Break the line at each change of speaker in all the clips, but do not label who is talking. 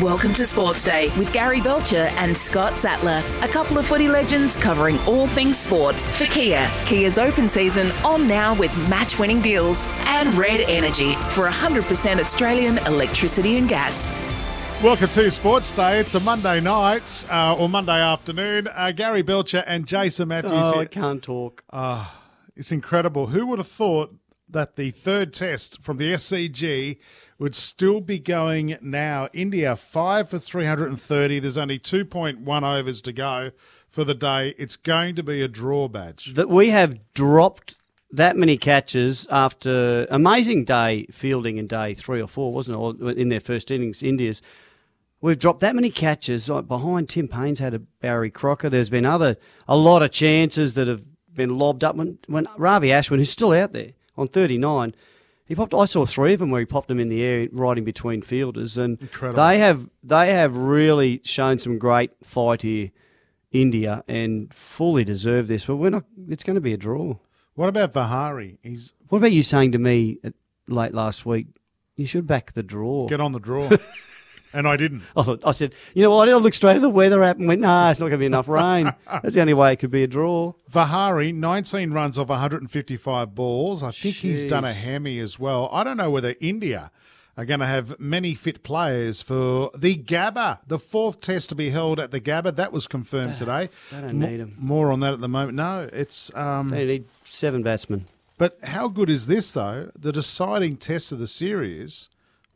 Welcome to Sports Day with Gary Belcher and Scott Sattler, a couple of footy legends covering all things sport for Kia. Kia's open season on now with match winning deals and Red Energy for 100% Australian electricity and gas.
Welcome to Sports Day. It's a Monday night uh, or Monday afternoon. Uh, Gary Belcher and Jason Matthews.
Oh, I
here.
can't talk.
It's incredible. Who would have thought that the third test from the SCG would still be going now? India five for three hundred and thirty. There's only two point one overs to go for the day. It's going to be a draw badge.
that we have dropped that many catches after amazing day fielding in day three or four, wasn't it? Or in their first innings, India's. We've dropped that many catches. Like behind Tim Payne's had a Barry Crocker. There's been other a lot of chances that have been lobbed up. When when Ravi Ashwin, who's still out there on 39, he popped. I saw three of them where he popped them in the air, right in between fielders. And
Incredible.
they have they have really shown some great fight here, India, and fully deserve this. But we're not. It's going to be a draw.
What about Vihari? He's
What about you saying to me at- late last week? You should back the draw.
get on the draw, and I didn't.
I thought I said, you know what? I looked straight at the weather app and went, nah, it's not going to be enough rain. That's the only way it could be a draw.
Vahari, 19 runs off 155 balls. I think he's
Jeez.
done a hammy as well. I don't know whether India are going to have many fit players for the Gabba, the fourth test to be held at the Gabba. That was confirmed today.
they don't
Mo-
need 'em.
More on that at the moment. No, it's. Um,
They need seven batsmen.
but how good is this, though? The deciding test of the series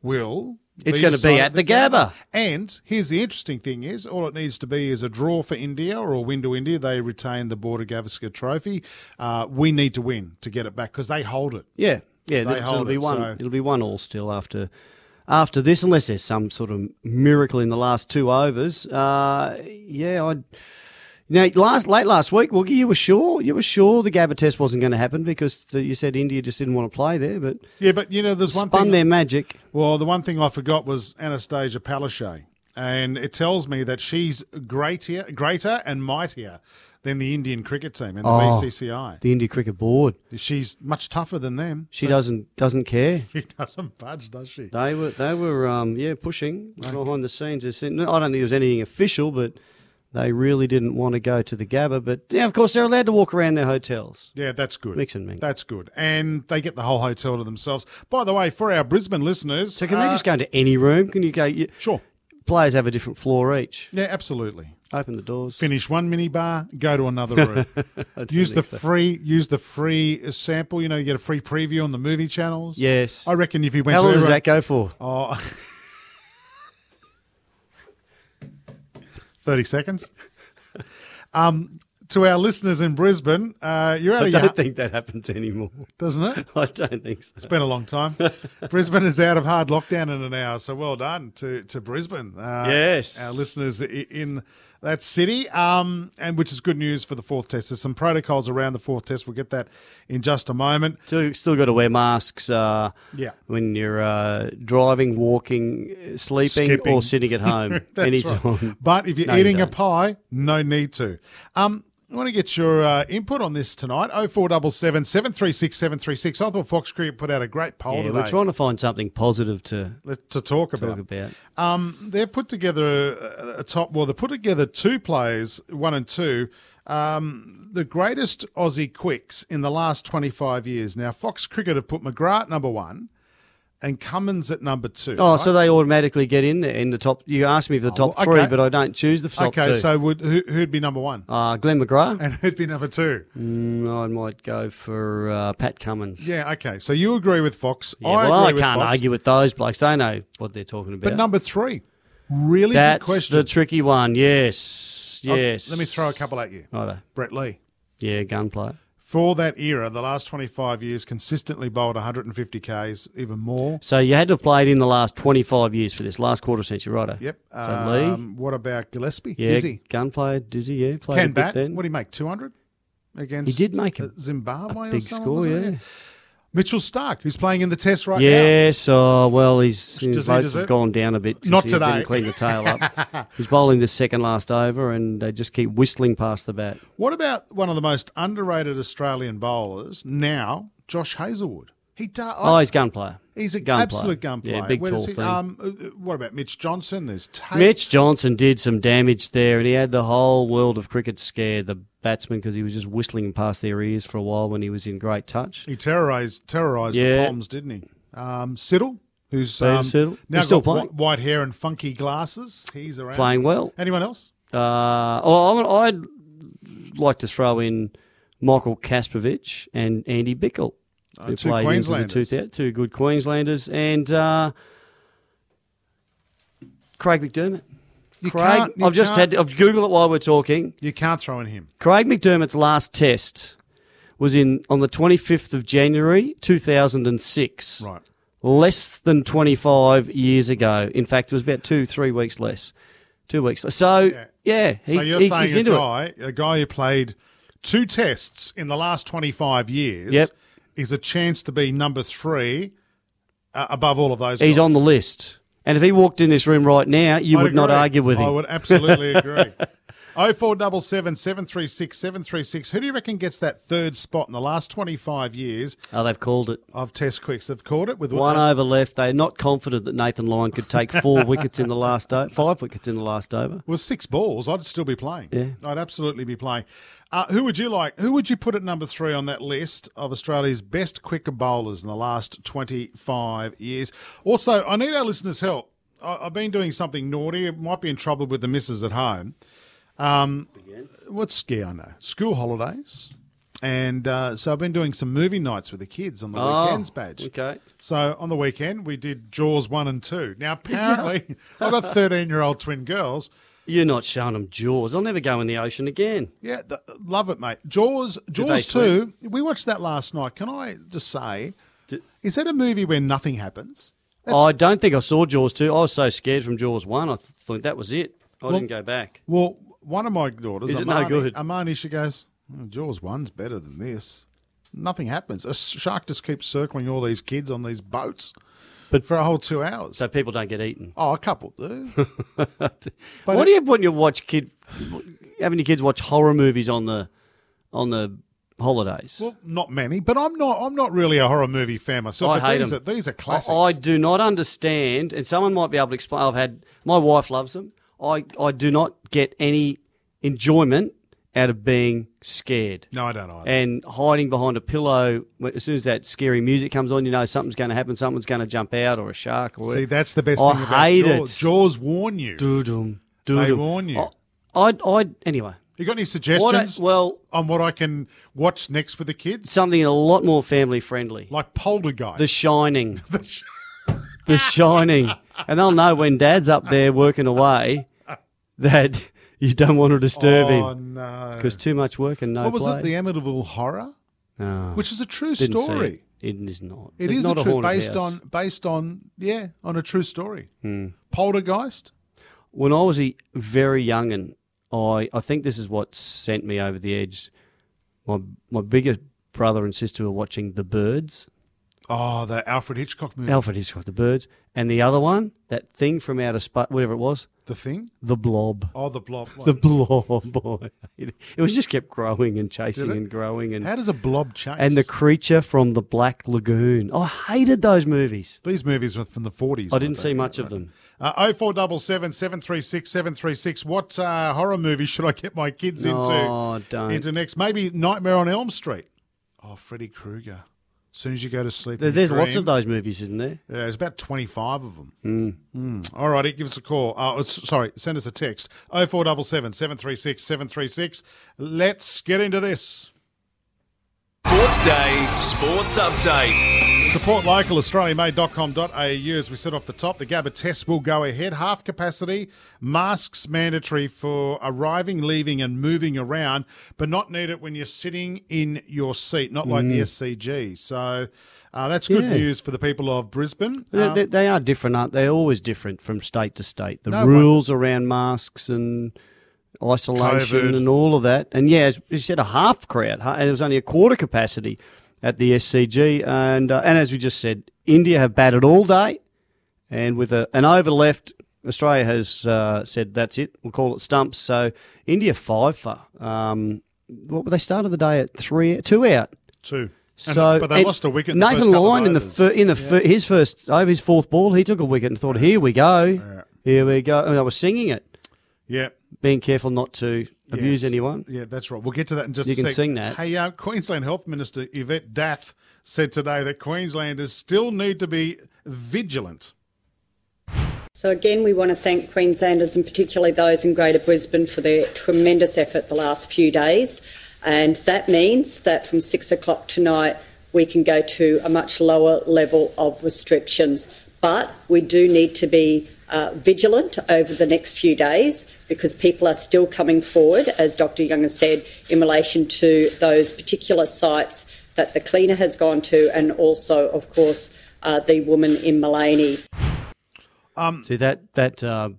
will.
It's gonna be
decided
at the Gabba.
And here's the interesting thing is all it needs to be is a draw for India or a win to India. They retain the Border Gavaskar trophy. Uh, we need to win to get it back because they hold it.
Yeah, yeah.
They
that's- it'll
hold
be
it,
one.
so-
It'll be one all still after after this, unless there's some sort of miracle in the last two overs. Uh, yeah, I. Now, last late last week, Woogie, you were sure you were sure the Gabba test wasn't going to happen because the, you said India just didn't want to play there, but
Yeah, but you know, there's one
spun
thing.
their magic.
Well, the one thing I forgot was Anastasia Palaszczuk, and it tells me that she's greater, greater and mightier than the Indian cricket team and the
Oh.
BCCI.
The India Cricket Board.
she's much tougher than them.
She doesn't doesn't care.
She doesn't budge, does she?
They were they were um, yeah pushing behind the scenes. They said- no, I don't think there was anything official, but they really didn't want to go to the Gabba. But yeah, of course they're allowed to walk around their hotels.
Yeah, that's good.
Mix and mingle.
That's good. And they get the whole hotel to themselves. By the way, for our Brisbane listeners.
So can they
uh,
just go into any room? Can you go? You,
Sure.
Players have a different floor each.
Yeah, absolutely.
Open the doors.
Finish one mini bar, go to another room. use the free use the free sample, you know, you get a free preview on the movie channels.
Yes.
I reckon if you went
How
to
long does
everyone-
that go for?
Oh. 30 seconds. Um, to our listeners in Brisbane, uh, you're out
I
of your,
don't think that happens anymore.
doesn't it?
I don't think so.
It's been a long time. Brisbane is out of hard lockdown in an hour, so well done to to Brisbane. Uh,
Yes.
our listeners i- in that city, um, and which is good news for the fourth test. There's some protocols around the fourth test. We'll get that in just a moment.
Still, still got to wear masks. Uh,
Yeah.
When you're uh, driving, walking, sleeping,
Skipping.
or sitting at home,
That's
Um, anytime.
right. But if you're
No, you
eating a
don't.
pie, no need to. Um, I want to get your uh, input on this tonight. 0477 736 736. I thought Fox Cricket put out a great poll
Yeah,
today
we're trying to find something positive to
Let- to talk
talk
about.
about.
Um, they've put together a, a top. Well, they put together two players, one and two, um, the greatest Aussie quicks in the last twenty five years. Now, Fox Cricket have put McGrath number one, and Cummins at number two.
Oh,
right?
so they automatically get in there in the top. You asked me for the top
well,
three,
okay.
but I don't choose the top
okay.
two.
So would who, who'd be number one
uh, Glenn McGrath.
and who'd be number two?
I might go for uh, Pat Cummins.
Yeah. Okay. So you agree with Fox?
Yeah, well,
agree
I
with
can't
Fox.
argue with those blokes. They know what they're talking about.
But number three, really good
That's
question.
the tricky one. Yes,
Oh,
yes. Oh.
Let me throw a couple at you.
Righto.
Brett Lee.
Yeah, gunplay.
For that era, the last 25 years, consistently bowled 150 Ks, even more.
So you had to have played in the last 25 years for this, last quarter century, righto?
Yep.
So Lee,
Um, what about Gillespie?
yeah,
Dizzy.
gunplay, Dizzy, yeah, played a
Can
bit
bat.
then.
What did he make? 200 against
He did make a-
uh, Zimbabwe
a
or
big
someone,
score,
wasn't
yeah.
it? Mitchell Stark, who's playing in the test right
Yes, oh, well, his, his
Does he
votes
deserve-
have gone down a bit. since
Not
he didn't
today.
clean the tail up. He's bowling the second last over, and they just keep whistling past the bat.
now. What about one of the most underrated Australian bowlers now, Josh Hazlewood? He do-
Oh,
I-
he's gunplayer.
he's a
gunplayer.
absolute gun player.
Yeah, big
Where does
tall
he-
thing.
Um, uh, what about Mitch Johnson? There's Tate.
Mitch Johnson did some damage there, and he had the whole world of cricket scared the batsman because he was just whistling past their ears for a while when he was in great touch.
He terrorized terrorized
Yeah.
the Palms, didn't he? Um, Siddle, who's
Peter
um,
Siddle.
now
He's still
got whi-
playing.
white hair and funky glasses. He's around
Playing well.
Anyone else?
Uh, oh, I'm- I'd like to throw in Michael Kaspovich and Andy Bickle. who
Oh, two
played into the
Queenslanders.
2000 two good Queenslanders. And uh, Craig McDermott.
You
Craig,
can't- you
I've just
can't-
had to, I've Googled it while we're talking.
You can't throw in him.
Craig McDermott's last test was in on the 25th of January 2006.
Right.
Less than 25 years ago. In fact, it was about two, three weeks less. Two weeks. Less. So, yeah, he,
so you're
he- he's
saying a
into it.
guy, a guy who played two tests in the last 25 years
Yep.
is a chance to be number three uh, above all of those
He's
guys.
on the list. And if he walked in this room right now, you
I'd
would not
agree.
argue with him.
I would absolutely agree. 0477 736 736. Who do you reckon gets that third spot in the last 25 years
Oh, they've called it.
of Test Quicks? They've caught it with
One over left. They're not confident that Nathan Lyon could take four wickets in the last over, five wickets in the last over.
Well, six balls, I'd still be playing. Yeah. I'd absolutely be playing. Uh, who would you like? Who would you put at number three on that list of Australia's best quicker bowlers in the last 25 years? Also, I need our listeners' help. I, I've been doing something naughty. It might be in trouble with the missus at home. Um, what's ski? I know. School holidays. And uh, so I've been doing some movie nights with the kids on the weekends badge.
okay.
So on the weekend, we did Jaws 1 and 2. Now, apparently, I've got 13 year old twin girls.
You're not showing them jaws. I'll never go in the ocean again.
Yeah, th love it, mate. Jaws,
they
Jaws two. We watched that last night. Can I just say, is that a movie where nothing happens?
I don't think I saw Jaws 2. I was so scared from Jaws 1, I th- thought that was it. I didn't go back.
Well, one of my daughters,
Is it no
Amani,
good?
Amani, she goes, "Oh, Jaws one's better than this. Nothing happens. A s- shark just keeps circling all these kids on these boats, but for a whole two hours.
So people don't get eaten.
oh, a couple do.
Why do you want your watch kid having your kids watch horror movies on the on the holidays?
well, not many, but I'm not. I'm not really a horror movie fan myself.
I
but
hate
these
them.
Are, these are classics.
I, I do not understand, and someone might be able to explain. I've had my wife loves them. I I do not get any enjoyment out of being scared.
no, I don't either.
and hiding behind a pillow. when- As soon as that scary music comes on, you know something's going to happen. Someone's going to jump out, or a shark, or
See,
whatever.
that's the best
I
thing about
hate
Jaws.
it.
Jaws warn you.
Doodum,
They
doodum.
warn you.
I, I, anyway.
You got any
What
suggestions
a, well,
on what I can watch next with the kids?
something a lot more family friendly.
Like Poltergeist.
The Shining. the Shining. And they'll know when Dad's up there working away that you don't want to disturb
oh,
him
no.
because too much work and no
What was
play.
it? The Amityville Horror?
No,
Which is a true
Ah. didn't see
story.
It. it is not.
It
It's
is
not
a true,
haunted
based
house. Hmm.
on, based on, yeah, on a true story. Poltergeist?
when I was a very young'un, I I think this is what sent me over the edge. My my bigger brother and sister were watching The Birds.
Oh, the Alfred Hitchcock movie.
Alfred Hitchcock, The Birds, and the other one, that thing from outer space, whatever it was,
the Thing?
The Blob.
Oh, the blob.
The blob, boy. It was just kept growing and chasing and growing and
How does a blob change?
and the creature from the Black Lagoon. I hated those movies.
These movies were from the 40s.
I
weren't
didn't
they?
see much of them.
Uh, 0477 736 736. What uh, horror movie should I get my kids into?
Oh, don't.
Into next. Maybe Nightmare on Elm Street. Oh, Freddy Krueger. As soon as you go to sleep.
There-
in your
There's lots
dream.
of those movies, isn't there?
Yeah, there's about 25 of them. Mm. All righty, give us a call. Uh, s- sorry, send us a text 0477 736 736. Let's get into this.
Sports Day Sports Update.
Support local, australiamade.com.au. As we said off the top, the GABA test will go ahead. Half capacity, masks mandatory for arriving, leaving, and moving around, but not need it when you're sitting in your seat, not like the SCG. So uh, that's good
Yeah.
news for the people of Brisbane.
They-
Um,
they, they are different, aren't they? They're always different from state to state. The
No
rules around masks and isolation
COVID.
and all of that. And yeah, as you said, a half crowd. ha- And it was only a quarter capacity at the SCG. And uh, and as we just said, India have batted all day, and with a, an over left. Australia has uh, said that's it. We'll call it stumps. So India five for um, what? They started the day at three, two out.
two. And-
So,
but they
and
lost a wicket. in the
Nathan
first couple of
Lyon in the
overs.
fir- in the fir- his first over his fourth ball, he took a wicket and thought, "Here we go, here we go." And they were singing it,
yeah.
being careful not to abuse
Yes.
anyone.
Yeah, that's right. We'll get to that in just
You
a
can
sec.
sing that.
Hey, uh, Queensland Health Minister Yvette Daff said today that Queenslanders still need to be vigilant.
So again, we want to thank Queenslanders and particularly those in Greater Brisbane for their tremendous effort the last few days. And that means that from six o'clock tonight, we can go to a much lower level of restrictions. But we do need to be uh, vigilant over the next few days because people are still coming forward, as Dr. Young has said, in relation to those particular sites that the cleaner has gone to and also, of course, uh, the woman in Mullaney.
Mm.
See that that uh,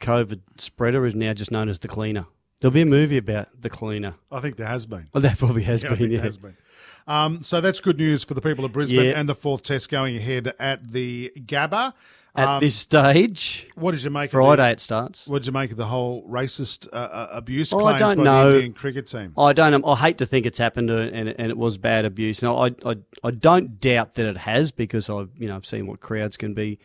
COVID spreader is now just known as the cleaner. There'll be a movie about the cleaner.
I think there has been.
Well, that probably has
Yeah, I
been.
think
Yeah.
there has been. Um, so that's good news for the people of Brisbane
Yeah.
and the fourth test going ahead at the Gabba.
At
Um,
this stage,
What did you make of
Friday
the,
it starts.
What did you make of the whole racist uh, uh, abuse
Oh,
claims
I don't
by
know.
the Indian cricket team?
I don't. um, I hate to think it's happened, uh, and and it was bad abuse. Now, I I, I don't doubt that it has because I've you know I've seen what crowds can be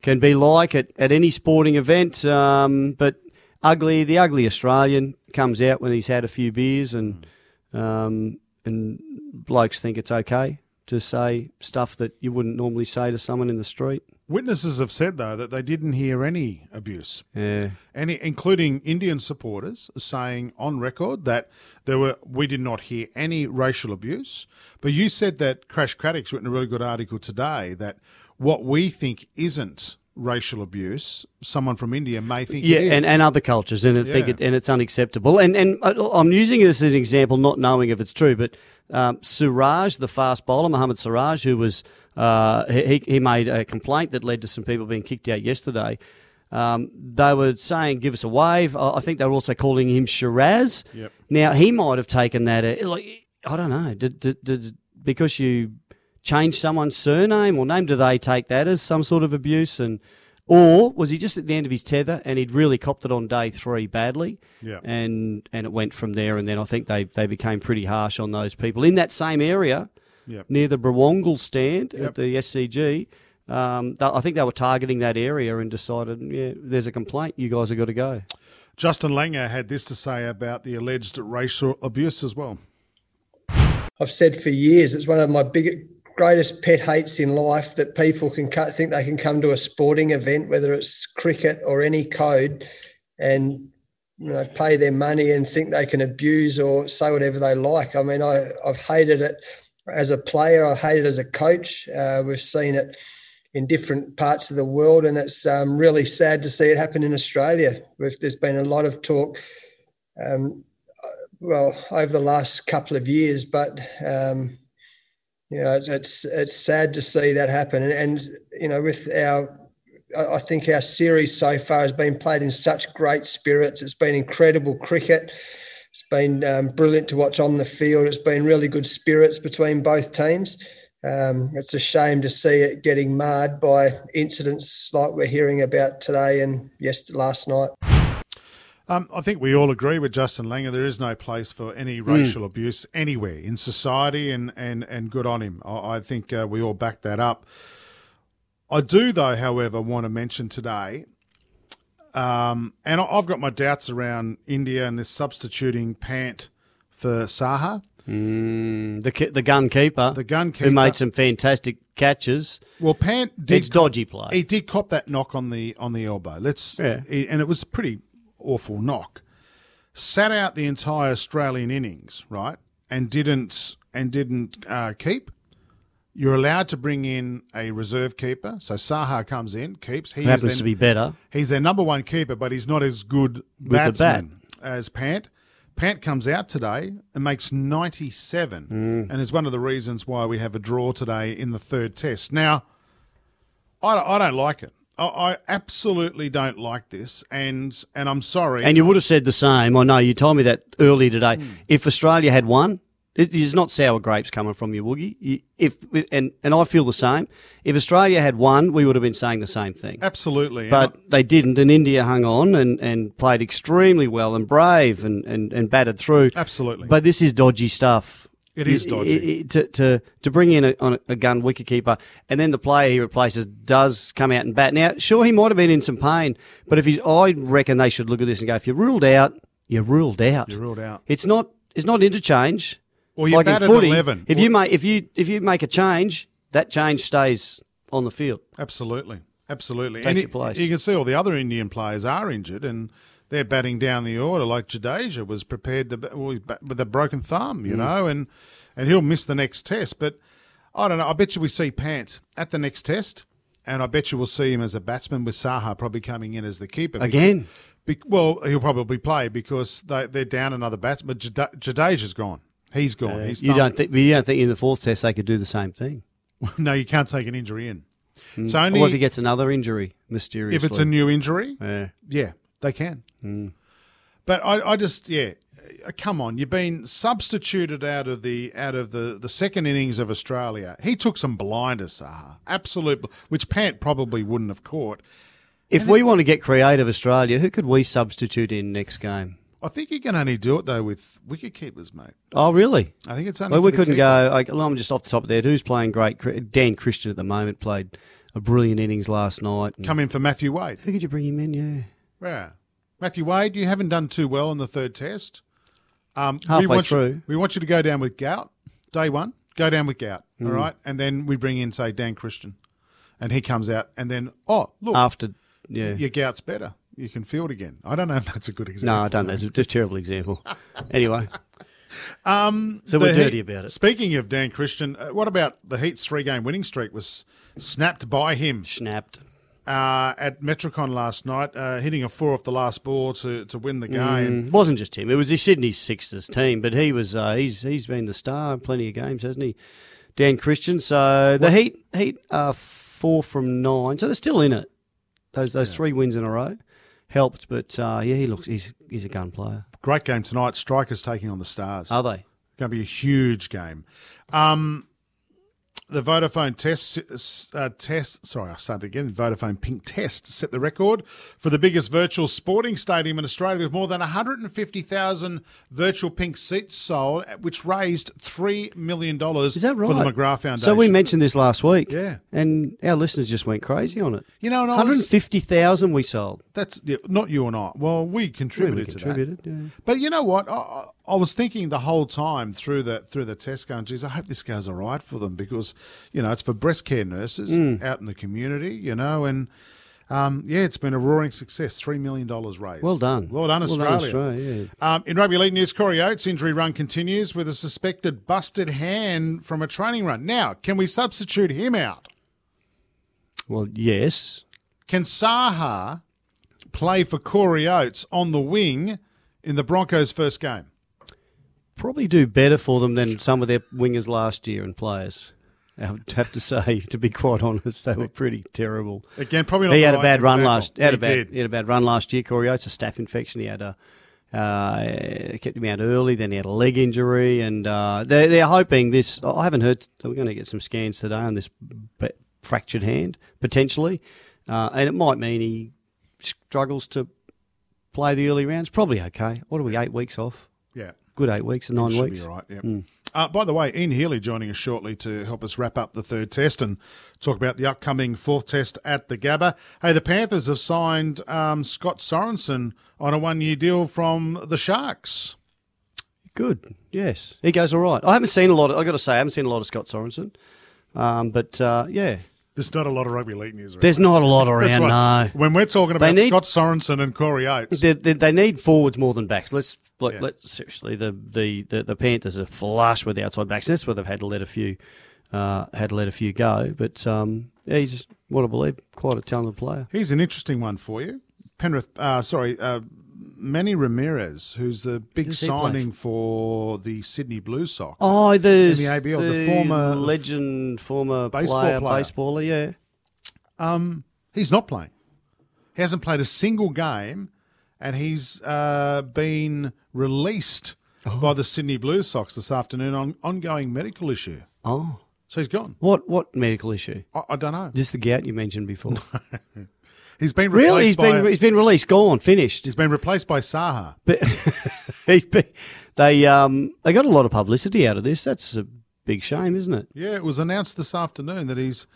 can be like at, at any sporting event. Um, but ugly, the ugly Australian comes out when he's had a few beers, and um, and blokes think it's okay to say stuff that you wouldn't normally say to someone in the street.
Witnesses have said though that they didn't hear any abuse.
Yeah.
and including Indian supporters saying on record that there were we did not hear any racial abuse. But you said that Crash Craddock's written a really good article today that what we think isn't racial abuse, someone from India may think
yeah,
it is.
and, and other cultures, and I think
Yeah.
it, and it's unacceptable. And and I- I'm using this as an example, not knowing if it's true, but um, Suraj, the fast bowler, Mohammad Suraj, who was uh, he he- he made a complaint that led to some people being kicked out yesterday. Um, they were saying, "Give us a wave." I I think they were also calling him Shiraz.
Yep.
Now he might have taken that uh, like I don't know. Did, did, did, because you change someone's surname or name, do they take that as some sort of abuse? And or was he just at the end of his tether and he'd really copped it on day three badly?
Yeah.
And and it went from there. And then I think they they became pretty harsh on those people in that same area
Yep.
near the Brawongle stand at the SCG. Um, th- I think they were targeting that area and decided, yeah, there's a complaint. You guys have got to go.
Justin Langer had this to say about the alleged racial abuse as well.
I've said for years, it's one of my biggest, greatest pet hates in life that people can cut, think they can come to a sporting event, whether it's cricket or any code, and you know, pay their money and think they can abuse or say whatever they like. I mean, I, I've hated it as a player. I hate it as a coach. Uh, we've seen it in different parts of the world, and it's um, really sad to see it happen in Australia. We've, there's been a lot of talk. Um, well over the last couple of years, but um, you know it's, it's it's sad to see that happen. And, and you know, with our, I I think our series so far has been played in such great spirits. It's been incredible cricket. It's been um, brilliant to watch on the field. It's been really good spirits between both teams. Um, it's a shame to see it getting marred by incidents like we're hearing about today and yes, last night.
Um, I think we all agree with Justin Langer. There is no place for any racial abuse anywhere in society, and and and good on him. I, I think uh, we all back that up. I do, though, however, want to mention today, um, and I- I've got my doubts around India and this substituting pant for Saha.
Mm, the ki- the gun keeper,
The gun
who
keeper.
made some fantastic catches.
Well, Pant did
It's dodgy play.
He did cop that knock on the on the elbow. Let's
Yeah.
he- and it was a pretty awful knock. Sat out the entire Australian innings, right? And didn't and didn't uh, keep. You're allowed to bring in a reserve keeper. So Saha comes in, keeps. He
Who
is
happens
then-
to be better.
He's their number one keeper, but he's not as good
the
batsman as Pant. Pant comes out today and makes 97,
Mm.
and is one of the reasons why we have a draw today in the third test. Now, I, I don't like it. I, I absolutely don't like this, and and I'm sorry.
And you would have said the same. I know you told me that earlier today.
Hmm.
If Australia had won, it is not sour grapes coming from you, Woogie. You- If and and I feel the same. If Australia had won, we would have been saying the same thing.
absolutely. and
But they didn't, and India hung on and, and played extremely well and brave and, and, and batted through.
Absolutely.
But this is dodgy stuff.
It is dodgy.
I- I- to, to, to bring in a, on a- a gun wicketkeeper and then the player he replaces does come out and bat. Now, sure, he might have been in some pain, but if he's, I reckon they should look at this and go, if you're ruled out, you're ruled out. You're
ruled out.
It's not, it's not interchange.
Or you
like in
batted
footy,
11.
If
Or-
you make, if you, if you make a change, that change stays on the field.
Absolutely, absolutely.
Takes
and
your
it-
place.
You can see all the other Indian players are injured, and they're batting down the order. Like Jadeja was prepared to bat, well, he's bat with a broken thumb,
Mm.
you know, and and he'll miss the next test. But I don't know. I bet you we see Pant at the next test, and I bet you we'll see him as a batsman with Saha probably coming in as the keeper
Again?
Be, well, he'll probably play because they they're down another batsman. Jade- Jadeja's gone. He's gone. He's
You don't think you don't think in the fourth test they could do the same thing.
no, you can't take an injury in. It's only
Or if he gets another injury mysteriously.
if it's a new injury.
yeah. Hmm.
Yeah, they can. But I, I just yeah, uh, come on, you've been substituted out of the out of the, the second innings of Australia. He took some blinders, Saha, absolute, bl- which Pant probably wouldn't have caught.
If we want to get creative Australia, who could we substitute in next game?
I think you can only do it though with wicket keepers, mate.
Oh, really?
I think it's only.
Well, we
for the
couldn't
keeper.
go. Like, well, I'm just off the top of there. Who's playing great? Cri- Dan Christian at the moment played a brilliant innings last night. And
Come in for Matthew Wade.
Who could you bring him in? Yeah,
Yeah, Matthew Wade, you haven't done too well in the third test. Um, we
Halfway
want You,
through.
we want you to go down with gout day one. Go down with gout,
Mm.
all right, and then we bring in say Dan Christian, and he comes out, and then oh look,
after yeah.
your gout's better. You can field again. I don't know if that's a good example.
no, I don't. That's a that's a terrible example. anyway, um, so
The
we're
Heat-
dirty about it.
Speaking of Dan Christian, uh, what about the Heat's three-game winning streak was snapped by him
Snapped.
uh, at Metricon last night, uh, hitting a four off the last ball to, to win
Mm.
the game.
It wasn't just him. It was the Sydney Sixers team, but he was uh, he's he's been the star in plenty of games, hasn't he? Dan Christian. So the Heat Heat are four from nine, so they're still in it. Those those three wins in a row helped, but uh, yeah, he looks he's he's a gun player.
Great game tonight. Strikers taking on the Stars.
Are they?
Going to be a huge game. Um, the Vodafone test, uh, test. Sorry, I started again. Vodafone Pink Test set the record for the biggest virtual sporting stadium in Australia, with more than 150,000 virtual pink seats sold, which raised three million dollars
Is that right?
for the McGrath Foundation.
So we mentioned this last week.
Yeah.
And our listeners just went crazy on it.
You know, and I was-
150,000 we sold.
that's yeah, not you and I. Well, we
Yeah,
contributed
we
to that.
contributed. Yeah.
But you know what? I, I- I was thinking the whole time through the through the test going, geez, I hope this goes all right for them because you know it's for breast care nurses
Hmm.
out in the community, you know, and um, yeah, it's been a roaring success. Three million dollars raised.
Well done.
Well done,
Well
Australia.
done, Australia, yeah.
Um, in rugby league news, Corey Oates' injury run continues with a suspected busted hand from a training run. Now, can we substitute him out?
Well, yes.
Can Saha play for Corey Oates on the wing in the Broncos' first game?
probably do better for them than some of their wingers last year and players. I would have to say, to be quite honest, they were pretty terrible.
Again, probably not
He
the
had a
right
bad run
example.
last. Had
He
a bad,
did.
he had a bad run last year. Corey Oates, a staph infection. He had a uh, it kept him out early. Then he had a leg injury, and uh, they're, they're hoping this. I haven't heard. We're going to get some scans today on this b- fractured hand potentially, uh, and it might mean he struggles to play the early rounds. Probably okay. What are we? Eight weeks off.
Yeah.
Good eight weeks. Nine
Should
weeks. Mm.
be all right. Yeah. Uh, by the way, Ian Healy joining us shortly to help us wrap up the third test and talk about the upcoming fourth test at the Gabba. Hey, the Panthers have signed um, Scott Sorensen on a one-year deal from the Sharks.
Good. Yes, he goes all right. I haven't seen a lot. Of, I got to say, I haven't seen a lot of Scott Sorensen, um, but uh, yeah,
There's not a lot of rugby league news. Around.
there's not a lot
That's
around.
why-
No,
When we're talking
They
about
need-
Scott Sorensen and Corey Oates,
they, they, they need forwards more than backs. Let's let,
Yeah.
let seriously the, the, the, the Panthers are flush with outside backs. That's where they've had to let a few uh, had to let a few go. But um, yeah, he's what I believe quite a talented player.
here's an interesting one for you. Penrith, uh, sorry, uh, Manny Ramirez, who's the big
Does he play?
signing for the Sydney Blue Sox.
Oh, the,
the ABL, the former-
legend, former
Baseball
player,
player.
baseballer. Yeah,
He's not playing. He hasn't played a single game, and he's uh, been released
Oh.
by the Sydney Blue Sox this afternoon on ongoing medical issue.
Oh.
so he's gone.
what what medical issue?
I, I don't know.
Just the gout you mentioned before.
He's been replaced
really, he's
by
been he's been released, gone, finished.
he's been replaced by Saha.
But he's been, they um they got a lot of publicity out of this. That's a big shame, isn't it?
Yeah, it was announced this afternoon that he's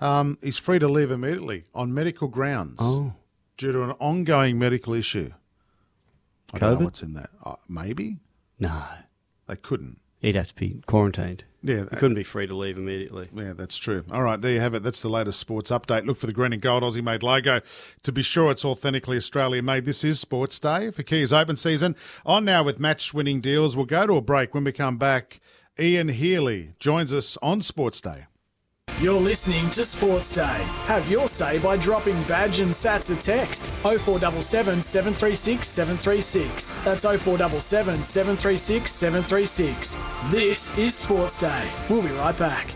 um, he's free to leave immediately on medical grounds
Oh.
due to an ongoing medical issue. I don't
COVID?
know what's in that. Uh, maybe
No,
they couldn't.
he'd have to be quarantined.
Yeah,
He couldn't be free to leave immediately.
Yeah, that's true. All right, there you have it. That's the latest sports update. Look for the green and gold Aussie made logo to be sure it's authentically Australia made. This is Sports Day for Kia's open season. On now with match winning deals. We'll go to a break when we come back. Ian Healy joins us on Sports Day.
You're listening to Sports Day. Have your say by dropping badge and sats a text 0477 736 736. That's 0477 736 736. This is Sports Day. We'll be right back.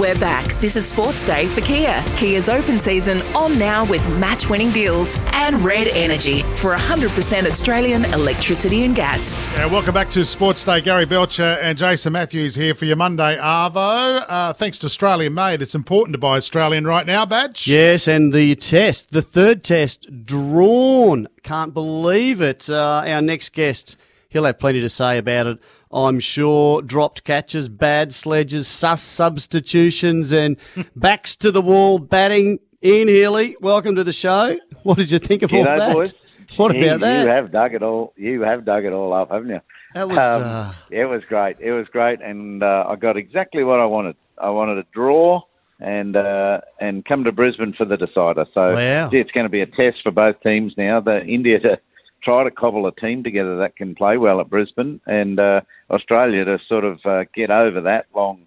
We're back. This is Sports Day for Kia. Kia's open season on now with match winning deals and Red Energy for 100% Australian electricity and gas.
Yeah, welcome back to Sports Day. Gary Belcher and Jason Matthews here for your Monday Arvo. Uh, thanks to Australia Made, it's important to buy Australian right now, Badge.
Yes, and the test, the third test, drawn. Can't believe it. Uh, our next guest, he'll have plenty to say about it, I'm sure. Dropped catches, bad sledges, sus substitutions, and backs to the wall batting. Ian Healy, welcome to the show. What did you think of all
G'day,
that?
boys.
What
Gee,
about that?
You have um, dug it all. You have dug it all up, haven't you?
That was, uh,
It was great. It was great, and uh, I got exactly what I wanted. I wanted a draw, and uh, and come to Brisbane for the decider. So
Wow.
gee, it's going to be a test for both teams now. The India to try to cobble a team together that can play well at Brisbane, and uh, Australia to sort of uh, get over that long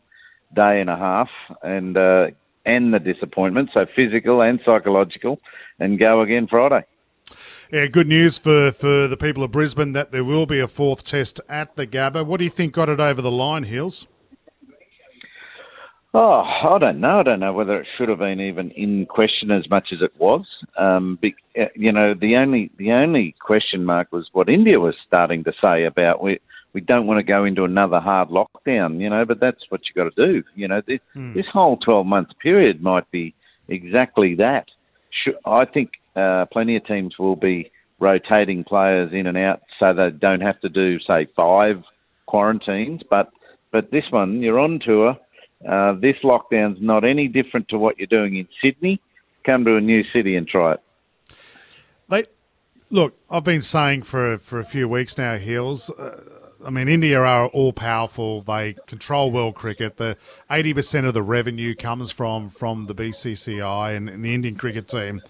day and a half, and uh, and the disappointment, so physical and psychological, and go again Friday.
Yeah, good news for, for the people of Brisbane that there will be a fourth test at the Gabba. What do you think got it over the line, Hills?
Oh, I don't know. I don't know whether it should have been even in question as much as it was. Um, be, uh, you know, the only the only question mark was what India was starting to say about we we don't want to go into another hard lockdown. You know, but that's what you got to do. You know, this, this whole twelve month period might be exactly that. Should, I think uh, plenty of teams will be rotating players in and out so they don't have to do say five quarantines, but but this one you're on tour. Uh, this lockdown's not any different to what you're doing in Sydney. Come to a new city and try it.
They look. I've been saying for for a few weeks now, Hills. Uh, I mean, India are all powerful. They control world cricket. The eighty percent of the revenue comes from from the BCCI and, and the Indian cricket team.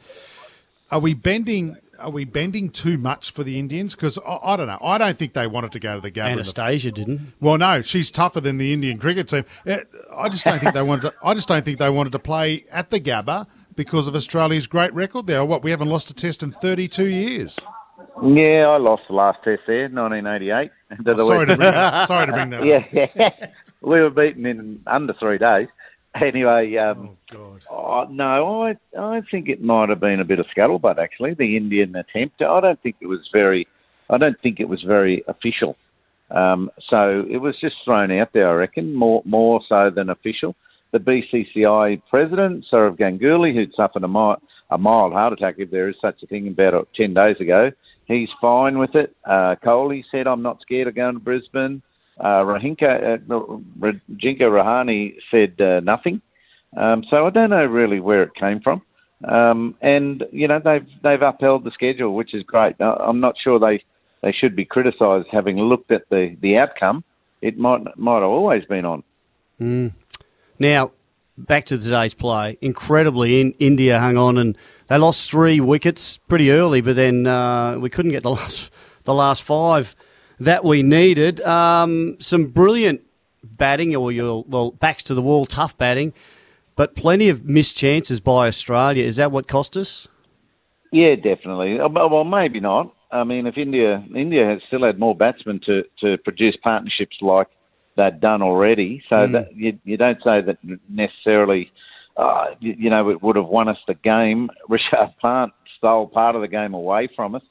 Are we bending? Are we bending too much for the Indians? Because I, I don't know. I don't think they wanted to go to the Gabba. in the
Anastasia didn't.
Well, no, she's tougher than the Indian cricket team. Uh, I just don't think they wanted. To, I just don't think they wanted to play at the Gabba because of Australia's great record there. What we haven't lost a test in 32 years.
Yeah, I lost the last test there, 1988. To the
Oh, Sorry
West
to bring that, sorry to bring that. Up.
yeah, we were beaten in under three days. Anyway, um,
God.
oh, no, I I think it might have been a bit of scuttlebutt actually. The Indian attempt. I don't think it was very. I don't think it was very official. Um, so it was just thrown out there, I reckon, more more so than official. The BCCI president, Saurav Ganguly, who'd suffered a, mi- a mild heart attack, if there is such a thing, about uh, 10 days ago, he's fine with it. Uh, Kohli said, I'm not scared of going to Brisbane. Uh, Rahinka, uh, no, Rajinka Rahani said uh, nothing. Um, so I don't know really where it came from. Um, and you know they've they've upheld the schedule, which is great. Now, I'm not sure they they should be criticised having looked at the, the outcome. It might might have always been on.
Mm. Now, back to today's play. Incredibly, in, India hung on and they lost three wickets pretty early, but then uh, we couldn't get the last the last five that we needed. Um, some brilliant batting, or your well backs to the wall, tough batting, but plenty of missed chances by Australia. Is that what cost us?
Yeah, definitely. Oh, Well, maybe not. I mean, if India India has still had more batsmen to, to produce partnerships like they've done already, so mm. that you, you don't say that necessarily. Uh, you, you, know, it would have won us the game. Richard Plant stole part of the game away from us.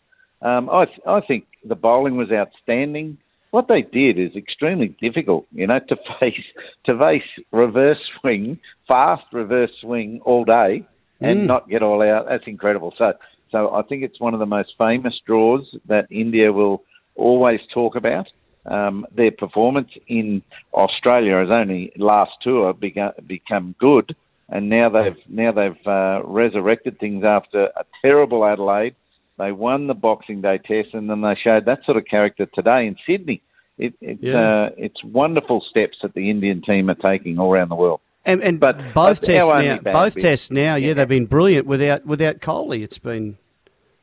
Um, I th- I think the bowling was outstanding. What they did is extremely difficult. You know, to face to face reverse swing, fast reverse swing all day, and mm. not get all out. That's incredible. So so I think it's one of the most famous draws that India will always talk about. Um, their performance in Australia has only last tour begun, become good, and now they've now they've uh, resurrected things after a terrible Adelaide. They won the Boxing Day Test, and then they showed that sort of character today in Sydney. It, it, yeah. uh, it's wonderful steps that the Indian team are taking all around the world.
And, and but both tests now, both bit. tests now, yeah, yeah, they've been brilliant without without Coley. It's been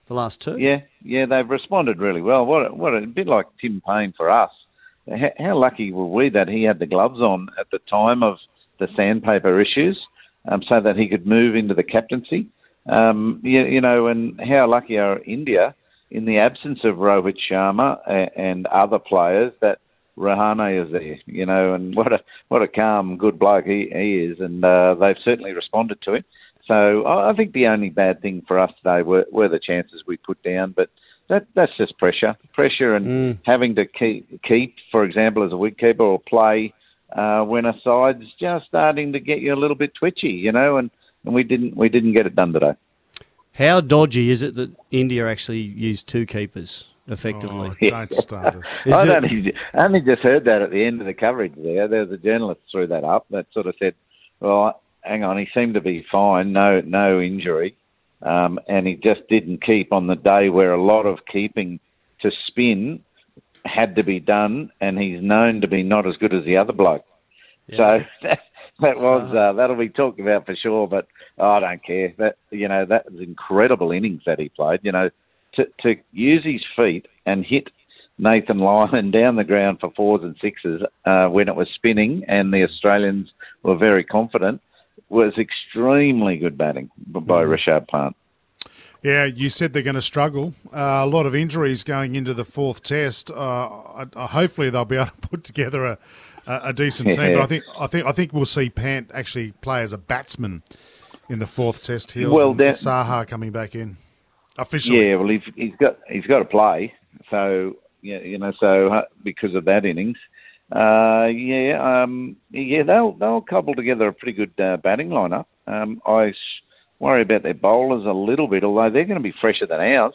the last two.
Yeah, yeah, they've responded really well. What a, what a, a bit like Tim Payne for us. How, how, lucky were we that he had the gloves on at the time of the sandpaper issues, um, so that he could move into the captaincy. Um, you, you, know, and how lucky are India in the absence of Rohit Sharma and, and other players that Rahane is there, you know, and what a what a calm, good bloke he, he is, and uh, they've certainly responded to him. So I, I think the only bad thing for us today were, were the chances we put down, but that that's just pressure, pressure, and mm. having to keep keep, for example, as a wicketkeeper or play uh, when a side's just starting to get you a little bit twitchy, you know, and, and we didn't we didn't get it done today.
How dodgy is it that India actually used two keepers? effectively.
Oh, don't start us.
I it... only, only, just heard that at the end of the coverage there. There was a journalist threw that up that sort of said, well, hang on, he seemed to be fine, no, no injury, um, and he just didn't keep on the day where a lot of keeping to spin had to be done, and he's known to be not as good as the other bloke. Yeah. So that, that was so... uh, that'll be talked about for sure. But oh, I don't care. That you know that was incredible innings that he played. You know to, to, use his feet and hit Nathan Lyon down the ground for fours and sixes uh, when it was spinning, and the Australians were very confident, was extremely good batting by Richard Plant.
Yeah, you said they're going to struggle. Uh, a lot of injuries going into the fourth test. Uh, I, I, hopefully, they'll be able to put together a, a, a decent team. Yeah. But I think I think I think we'll see Pant actually play as a batsman in the fourth test. Hills well, that, Saha coming back in. Officially.
Yeah, well, he's, he's got he's got to play. So yeah, you know, so uh, because of that innings, uh, yeah, um, yeah, they'll they'll cobble together a pretty good uh, batting lineup. Um, I worry about their bowlers a little bit, although they're going to be fresher than ours.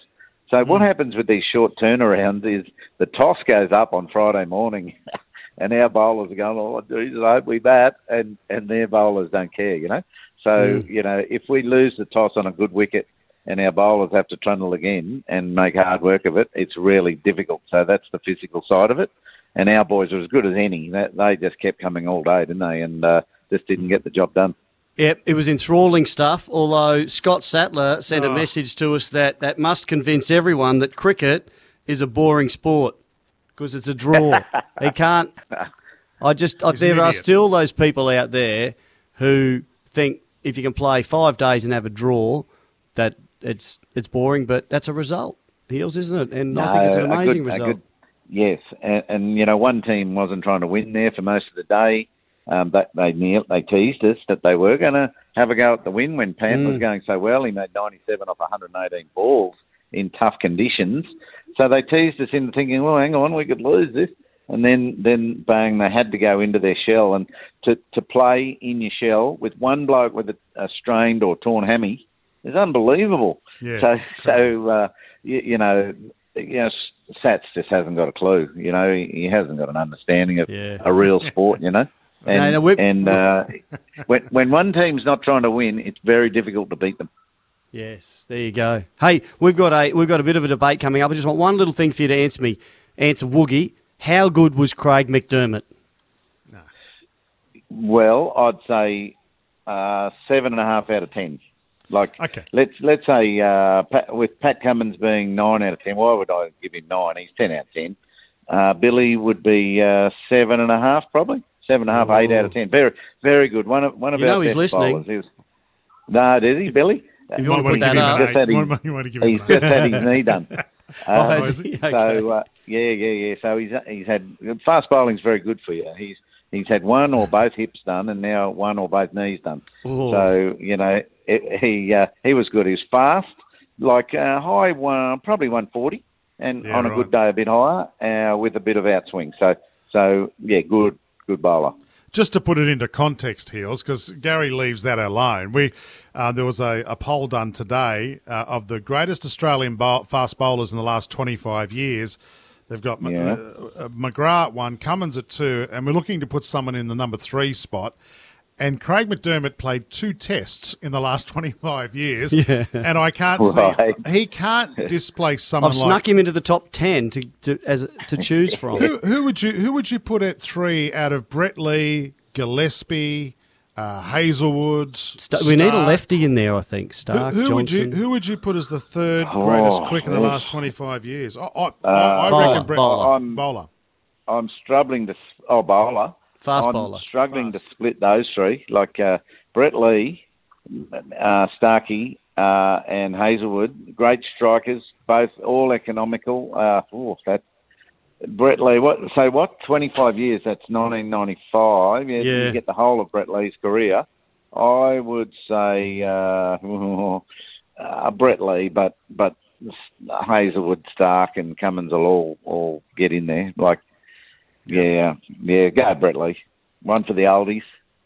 So mm. what happens with these short turnarounds is the toss goes up on Friday morning. and our bowlers are going, oh, Jesus, I hope we bat, and, and their bowlers don't care, you know. So, mm. you know, if we lose the toss on a good wicket, and our bowlers have to trundle again and make hard work of it, it's really difficult. So that's the physical side of it. And our boys are as good as any. They just kept coming all day, didn't they? And uh, just didn't get the job done.
Yep, it was enthralling stuff. Although Scott Sattler sent oh. a message to us that that must convince everyone that cricket is a boring sport because it's a draw. he can't. I just I, there are still those people out there who think if you can play five days and have a draw, that it's it's boring, but that's a result. Heels, isn't it? And no, I think it's an amazing good, result. Good,
yes, and, and, you know, one team wasn't trying to win there for most of the day. Um, but they they teased us that they were going to have a go at the win when Pant mm. was going so well. He made 97 off 118 balls in tough conditions. So they teased us into thinking, well, hang on, we could lose this. And then, then bang, they had to go into their shell. And to, to play in your shell with one bloke with a, a strained or torn hammy, it's unbelievable. Yeah, so, so uh, you, you, know, you know, Sats just hasn't got a clue. You know, he, he hasn't got an understanding of yeah. a real sport. You know, and, no, no, and uh, when when one team's not trying to win, it's very difficult to beat them.
Yes, there you go. Hey, we've got a we've got a bit of a debate coming up. I just want one little thing for you to answer me. Answer Woogie. How good was Craig McDermott?
Well, I'd say uh, seven and a half out of ten. Like,
Okay.
let's let's say uh, Pat, with Pat Cummins being nine out of ten, why would I give him nine? He's ten out of ten. Uh, Billy would be uh, seven and a half, probably seven and a half, eight out of ten. Very very good. One of one of
You
our
know he's
best
listening.
bowlers. He was, no, did he, Billy?
If you want to put that up,
Just had
You
his-
want, you want to give him
he's
an
just
eight.
had his knee done.
Oh,
Um,
is he? Okay.
so uh, yeah, yeah, yeah. So he's he's had fast bowling's very good for you. He's he's had one or both hips done, and now one or both knees done.
Oh.
So you know it, he uh, he was good. He was fast, like uh, high one, probably one forty, and
Yeah,
on a
right.
good day a bit higher uh, with a bit of outswing. So so yeah, good good bowler.
just to put it into context, heels, because Gary leaves that alone. We uh, there was a, a poll done today uh, of the greatest Australian bowl, fast bowlers in the last twenty five years. They've got Ma-
Yeah.
uh, uh, McGrath at one, Cummins at two, and we're looking to put someone in the number three spot. And Craig McDermott played two tests in the last twenty five years,
Yeah.
and I can't
Right.
see he can't displace someone
I've
like
snuck him into the top ten to to as to choose from.
who, who would you who would you put at three out of Brett Lee, Gillespie, uh, Hazelwood?
Sta- we need a
Stark?
lefty in there, I think.
Who,
Stark
who would
Johnson.
you who would you put as the third greatest
Oh, Uh,
quick in the
yes.
last twenty five years? I, I, I, I reckon
Bowler,
Brett
bowler.
bowler.
I'm struggling to s- oh bowler
Fast
I'm
bowler.
struggling
Fast.
to split those three like uh, Brett Lee, uh, Starkey, uh, and Hazelwood. Great strikers, both all economical. Uh, oh, that Brett Lee. What so what? Twenty five years. That's 1995. Yeah,
Yeah.
you get the whole of Brett Lee's career. I would say uh, uh, Brett Lee, but but Hazelwood, Stark, and Cummins will all all get in there. Like, yeah, yeah, go Brett Lee. One for the oldies.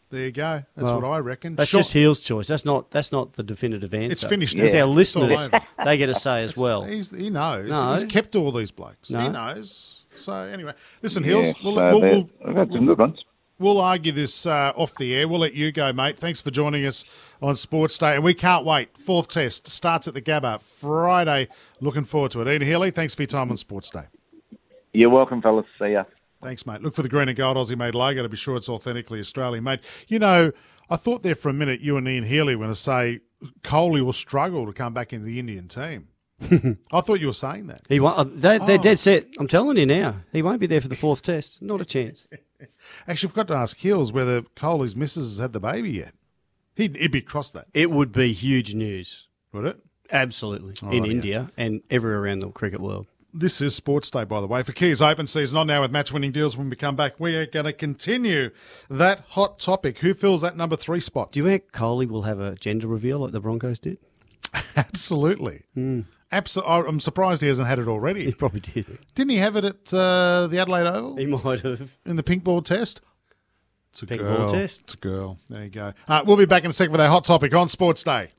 There you go. That's
Well,
what I reckon.
That's
Sure.
just Hill's choice. That's not that's not the definitive answer.
finished
It's
now.
our
It's all
listeners.
over.
They get a say as well.
He's, he knows.
No.
He's kept all these blokes. He
No.
knows. So anyway, listen, Hills.
Yeah,
we'll,
so
we'll,
there-
we'll,
I've got some good ones.
We'll argue this uh, off the air. We'll let you go, mate. Thanks for joining us on Sports Day. And we can't wait. Fourth test starts at the Gabba Friday. Looking forward to it. Ian Healy, thanks for your time on Sports Day.
You're welcome, fellas. See ya.
Thanks, mate. Look for the green and gold Aussie made logo to be sure it's authentically Australian made. You know, I thought there for a minute you and Ian Healy were going to say Coley will struggle to come back into the Indian team. I thought you were saying that.
He won't, uh, they, they're
Oh.
dead set. I'm telling you now. He won't be there for the fourth test. Not a chance.
Actually, I forgot to ask Hills whether Coley's missus has had the baby yet. He'd, he'd be cross that,
It would be huge news.
would it?
Absolutely.
Oh,
in India and everywhere around the cricket world.
This is Sports Day, by the way. For Keys Open season on now with match winning deals, when we come back, we are going to continue that hot topic. Who fills that number three spot?
Do you think Coley will have a gender reveal like the Broncos did?
Absolutely. Hmm. Abso- I- I'm surprised he hasn't had it
He
already.
probably did.
Didn't he have it at uh, the Adelaide Oval
He might have.
in the pink ball test? It's a
Pink ball test.
It's a girl. There you go. Uh, we'll be back in a second with our hot topic on Sports Day.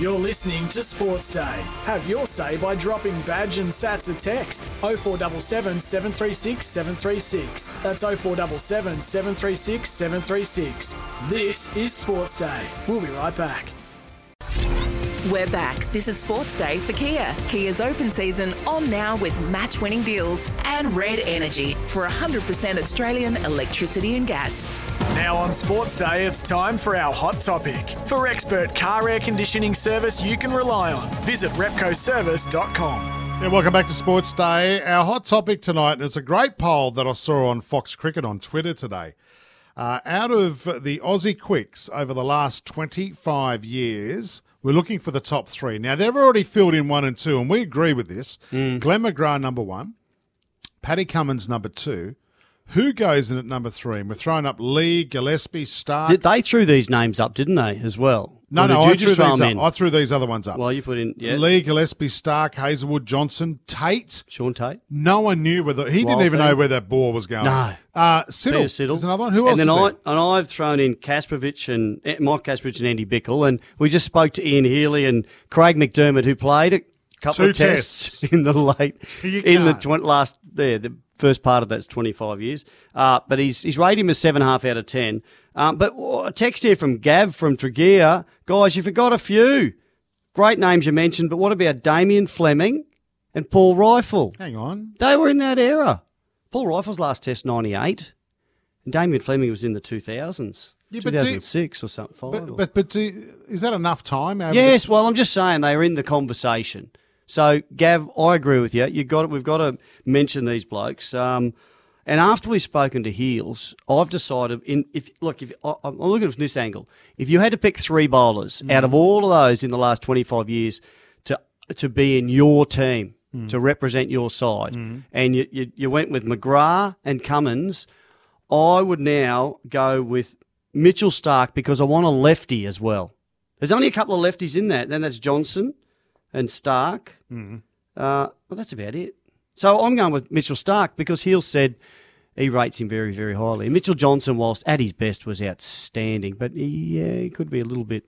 You're listening to Sports Day. Have your say by dropping badge and sats a text 0477 736 736. That's 0477 736 736. This is Sports Day. We'll be right back.
We're back. This is Sports Day for Kia. Kia's open season on now with match winning deals and red energy for 100% Australian electricity and gas.
Now on Sports Day, it's time for our hot topic. For expert car air conditioning service you can rely on, visit repcoservice.com.
Yeah, welcome back to Sports Day. Our hot topic tonight and it's a great poll that I saw on Fox Cricket on Twitter today. Uh, out of the Aussie quicks over the last 25 years, we're looking for the top three. Now, they've already filled in one and two, and we agree with this.
Mm.
Glenn McGrath, number one. Paddy Cummins, number two. Who goes in at number three? And we're throwing up Lee, Gillespie, Stark.
Did- they threw these names up, didn't they, as well?
no,
Or did
no,
you
I threw,
just throw
these
them
up.
in?
I threw these other ones up.
Well, you put in yeah,
Lee, Gillespie, Stark, Hazelwood, Johnson, Tate.
Sean Tate.
No one knew whether he
Wild
didn't even
thing.
know where that ball was going.
No.
uh, Siddle.
Peter Siddle.
There's another one. Who else?
and Then
is
I,
there?
and I've thrown in Kasperovich and eh, Mike Kasperovich and Andy Bickle, and we just spoke to Ian Healy and Craig McDermott, who played a couple
Two
of tests,
tests.
in the late
You
in the
can't.
twen- last there the first part of that's 25 years. Uh, but he's he's rated him as seven and a half out of oh, ten. Um, but w- a text here from Gav from Tregear, guys, you forgot a few. Great names you mentioned, but what about Damien Fleming and Paul Rifle?
Hang on.
They were in that era. Paul Rifle's last test, 98. And Damien Fleming was in the 2000s.
Yeah, but do-
2006 or something. five or-
But but, but do, is that enough time? over
Yes, well, I'm just saying they were in the conversation. So, Gav, I agree with you. You got we've got to mention these blokes. Um, and after we've spoken to Heels, I've decided in if look if I, I'm looking at it from this angle, if you had to pick three bowlers out of all of those in the last 25 years to to be in your team to represent your side, and you, you you went with McGrath and Cummins, I would now go with Mitchell Stark because I want a lefty as well. There's only a couple of lefties in that. Then that's Johnson and Stark.
Mm-hmm.
Uh, well, that's about it. So I'm going with Mitchell Stark because Heal said he rates him very, very highly. Mitchell Johnson, whilst at his best, was outstanding, but he, yeah, he could be a little bit.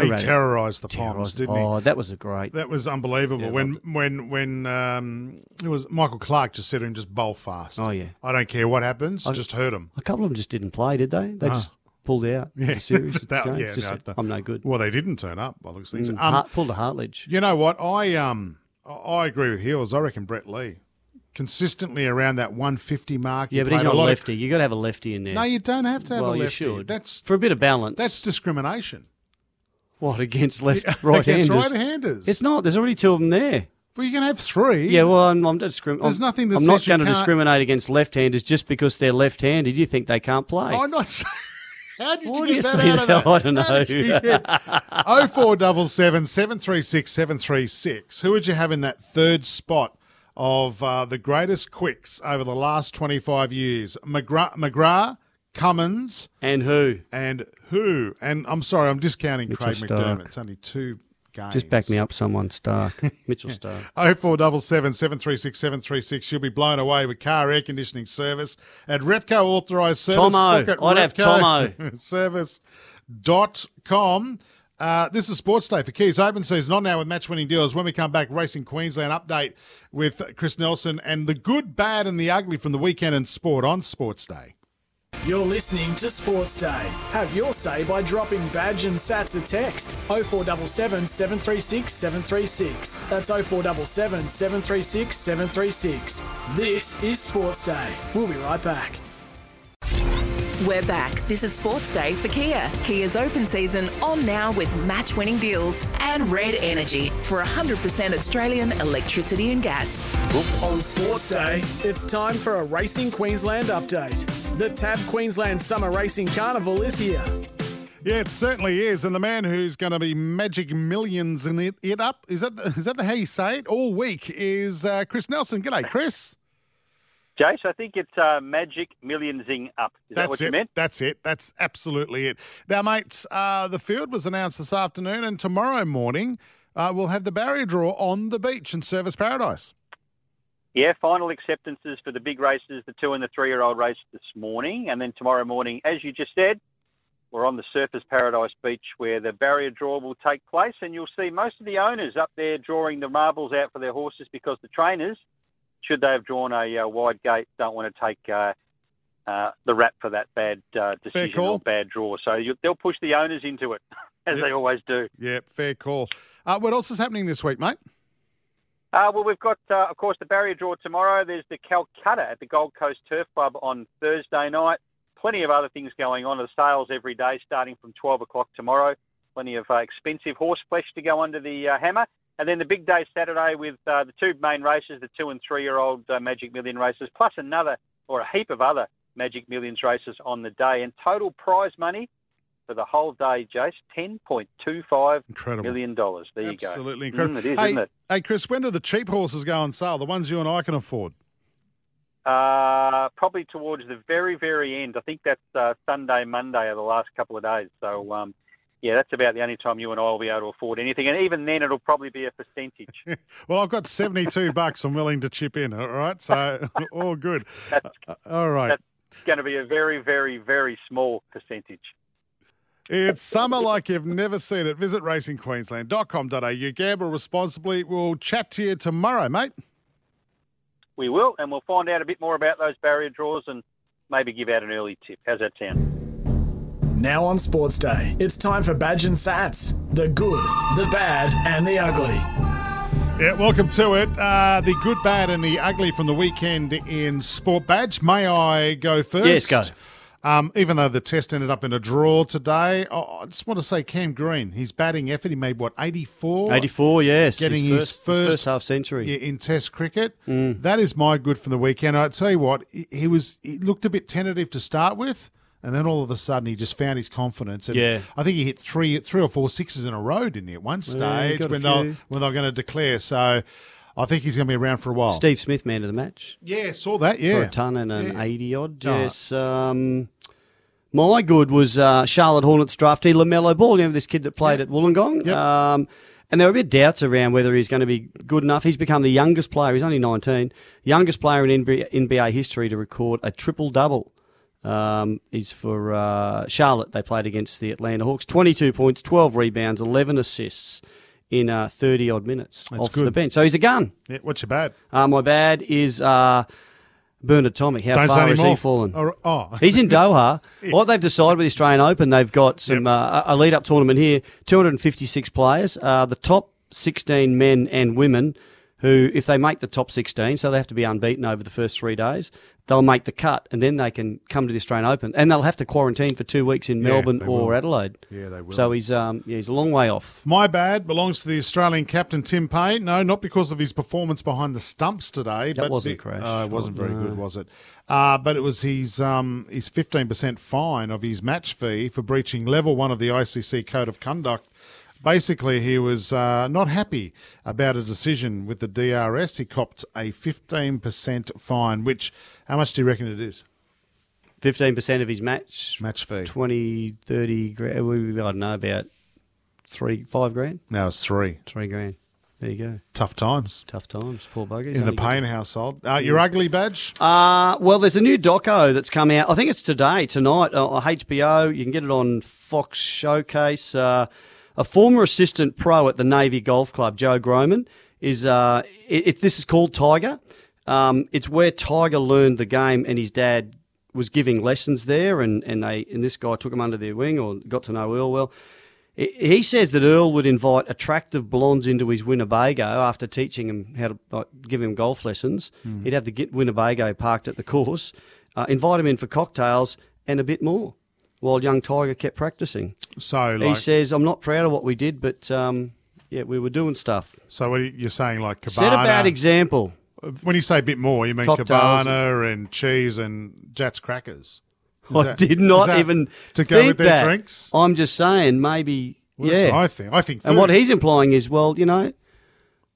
He
erratic.
terrorised the Palms,
Terrorised.
didn't he?
Oh, that was a great.
That was unbelievable.
Yeah,
when when when um, it was Michael Clark just said to him, just bowl fast.
Oh, yeah.
I don't care what happens,
I-
just hurt him.
a couple of them just didn't play, did they? They
No.
just pulled out. of
Ah. Yeah,
the series. of
that-
games.
yeah,
Just
no,
said,
that-
I'm no good.
Well, they didn't turn up. By the looks of things.
Mm,
Um,
Hart- pulled a Hartledge.
You know what? I um I- I agree with Hills. I reckon Brett Lee consistently around that 150 mark.
Yeah,
he
but he's
played a
not a
lot of-
lefty. you got to have a lefty in there.
No, you don't have to have a
well,
lefty.
you should.
That's
for a bit of balance.
that's discrimination.
What against left right
Against
handers?
right-handers.
It's not. There's already two of them there.
Well, you can have three.
Yeah, well, I'm, I'm, discrim-
There's
I'm,
nothing that
I'm not
says you
going to
can't-
discriminate against left-handers just because they're left-handed. You think they can't play?
I'm not. saying- How did
Why
you
do
get
you
that
say
out of
that?
that?
I don't
How did
know.
you get- 0477 736 736. Who would you have in that third spot of uh, the greatest quicks over the last 25 years? McGrath, McGrath Cummins,
And who?
and who? And I'm sorry, I'm discounting
Mitchell
Craig
Stark.
McDermott. It's only two games.
Just back me up, someone. Stark, Mitchell Stark.
0477 736 736. You'll be blown away with car air conditioning service at Repco authorised service.
Tomo. I'd have
service.com. Uh, this is Sports Day for Keys Open Season on now with match winning deals. When we come back, Racing Queensland update with Chris Nelson and the good, bad, and the ugly from the weekend in sport on Sports Day.
You're listening to Sports Day. Have your say by dropping badge and sats a text 0477 736 736. That's 0477 736 736. This is Sports Day. We'll be right back.
We're back. This is Sports Day for Kia. Kia's open season on now with match winning deals and red energy for 100% Australian electricity and gas.
On Sports Day, it's time for a Racing Queensland update. The TAB Queensland Summer Racing Carnival is here.
Yeah, it certainly is. And the man who's going to be magic millions in it, it up is that is that the, how you say it all week is uh, Chris Nelson. G'day, Chris.
Jace, I think it's uh, Magic Millionsing Up. Is that
That's
what
it.
you meant?
That's it. That's absolutely it. Now, mates, uh, the field was announced this afternoon, and tomorrow morning uh, we'll have the barrier draw on the beach in Service Paradise.
Yeah, final acceptances for the big races, the two and the three year old race this morning. And then tomorrow morning, as you just said, we're on the surface Paradise Beach where the barrier draw will take place. And you'll see most of the owners up there drawing the marbles out for their horses because the trainers, should they have drawn a uh, wide gate, don't want to take. Uh, uh, the rap for that bad uh, decision
call.
or bad draw. So you, they'll push the owners into it, as they always do.
Yep, fair call. Uh, what else is happening this week, mate?
Uh, well, we've got, uh, of course, the barrier draw tomorrow. There's the Calcutta at the Gold Coast Turf Club on Thursday night. Plenty of other things going on. The sales every day starting from 12 o'clock tomorrow. Plenty of uh, expensive horse flesh to go under the uh, hammer. And then the big day Saturday with uh, the two main races, the two and three year old uh, Magic Million races, plus another or a heap of other Magic Millions races on the day. And total prize money for the whole day, Jace, $10.25
Incredible.
million. dollars. There you go.
Absolutely incredible.
Mm, it is,
hey,
isn't it?
hey, Chris, when do the cheap horses go on sale? The ones you and I can afford.
Uh, probably towards the very, very end. I think that's uh, Sunday, Monday are the last couple of days. So, um, yeah, that's about the only time you and I will be able to afford anything. And even then, it'll probably be a percentage.
Well, I've got 72 bucks I'm willing to chip in, all right? So, all good. Uh, All right.
that's- It's going to be a very, very, very small percentage.
It's summer like you've never seen it. Visit racingqueensland.com.au. Gamble responsibly. We'll chat to you tomorrow, mate.
We will, and we'll find out a bit more about those barrier draws and maybe give out an early tip. How's that sound?
now on Sports Day. It's time for Badge and Sats the good, the bad, and the ugly.
Yeah, welcome to it. Uh, the good, bad, and the ugly from the weekend in Sport Badge. May I go first?
Yes, go.
Um, even though the test ended up in a draw today, oh, I just want to say Cam Green, his batting effort, he made what, 84?
84, yes.
Getting his first,
half century. Mm.
Yeah, in Test cricket. That is my good from the weekend. I tell you what, he, he was he looked a bit tentative to start with, and then all of a sudden he just found his confidence. And
Yeah.
I think he hit three three or four sixes in a row, didn't he? At one
Yeah, he
stage
got a
when they
few.
when they're going to declare. So I think he's going to be around for a while.
Steve Smith, man of the match.
Yeah, saw that. Yeah,
For a ton and an
Yeah.
80 odd.
Oh.
Yes. Um, my good was uh, Charlotte Hornets draftee LaMelo Ball. You know, this kid that played at Wollongong. Um, and there were a bit of doubts around whether he's going to be good enough. He's become the youngest player, he's only 19, youngest player in NBA, NBA history to record a triple double. Um, he's for uh, Charlotte. They played against the Atlanta Hawks. 22 points, 12 rebounds, 11 assists in 30 odd minutes
That's
off
good.
the bench. So he's a gun.
Yeah, what's your bad?
Uh, my bad is uh, Bernard Tomic. How
Don't say
far has
anymore.
he fallen?
Oh, oh.
He's in Doha. What they've decided with the Australian Open, they've got some uh, a lead up tournament here. Two hundred and fifty six players, uh, the top sixteen men and women, who if they make the top sixteen, so they have to be unbeaten over the first three days. They'll make the cut, and then they can come to the Australian Open, and they'll have to quarantine for two weeks in
Yeah,
Melbourne
they
or
will.
Adelaide.
Yeah, they will.
So he's um, yeah, he's a long way off.
My bad belongs to the Australian captain Tim Payne. No, not because of his performance behind the stumps today.
That
but
wasn't
be-
crash.
Uh, it wasn't very good,
No.
was it? Uh, but it was his um, his fifteen percent fine of his match fee for breaching level one of the ICC code of conduct. Basically, he was uh, not happy about a decision with the DRS. He copped a fifteen percent fine, which how much do you reckon it is?
Fifteen percent of his match
Match fee.
20, 30 grand. I don't know about three, five grand,
Now it's three.
three grand. There you go.
Tough times
Tough times, poor buggies.
in the Payne household. Uh, your ugly badge.
Uh, well, there's a new doco that's come out. I think it's today, tonight uh, on HBO. You can get it on Fox Showcase. Uh, a former assistant pro at the Navy Golf Club, Joe Groman, is. Uh, it, it, this is called Tiger. Um, it's where Tiger learned the game, and his dad was giving lessons there, and, and they and this guy took him under their wing or got to know Earl well. He- He says that Earl would invite attractive blondes into his Winnebago after teaching him how to like, give him golf lessons.
Hmm.
He'd have to get Winnebago parked at the course, uh, invite him in for cocktails and a bit more, while young Tiger kept practicing.
So
he
like,
says, "I'm not proud of what we did, but um, yeah, we were doing stuff."
so what are you- you're saying like Cabana?
Set a bad example.
When you say a bit more, you mean
Cocktails
cabana and cheese and Jats crackers. Is
I
that-
did
is
not
that
even
to go
think
with their
that.
drinks.
I'm just saying, maybe.
Well,
yeah,
that's what I think. I think.
And what
food.
he's implying is, well, you know,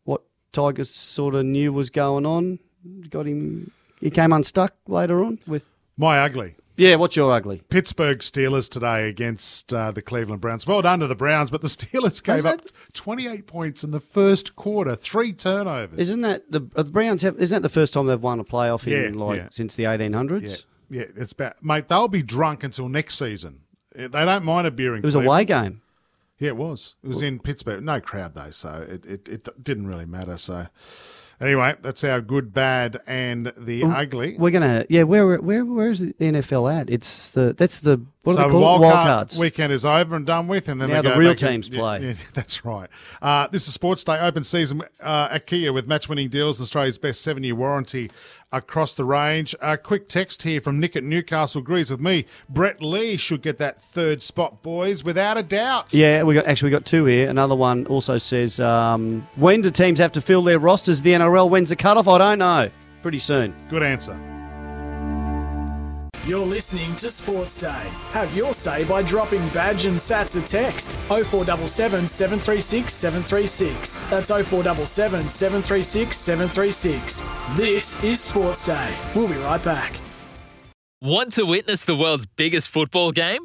what Tiger sort of knew was going on got him. He came unstuck later on with.
my ugly
Yeah, what's your ugly?
Pittsburgh Steelers today against uh, the Cleveland Browns. Well done to the Browns, but the Steelers gave up 28 points in the first quarter, three turnovers.
Isn't that the, uh, the Browns? Have, isn't that the first time they've won a playoff in
Yeah,
like
yeah.
since the 1800s?
yeah, yeah, it's bad, mate. They'll be drunk until next season. They don't mind a beer in
It was a
Cleveland.
away game.
Yeah, it was. It was in Pittsburgh. No crowd though, so it, it, it didn't really matter. So anyway, that's our good, bad, and the
Mm.
ugly.
We're gonna yeah. Where where where is the NFL at? It's the that's the what
so
do they call
wild
it? Wild
card
cards.
weekend is over and done with, and then
Now
they
the
go
real
back and-
teams
yeah,
play.
yeah, that's right. Uh, this is Sports Day open season uh, at Kia with match-winning deals, Australia's best seven-year warranty across the range. A quick text here from Nick at Newcastle agrees with me. Brett Lee should get that third spot, boys, without a doubt.
Yeah, we got actually we got two here. Another one also says, um, when do teams have to fill their rosters? The NRL. When's the cutoff? I don't know. Pretty soon.
Good answer.
You're listening to Sports Day. Have your say by dropping badge and sats a text 0477 736 736. That's 0477 736 736. This is Sports Day. We'll be right back.
Want to witness the world's biggest football game?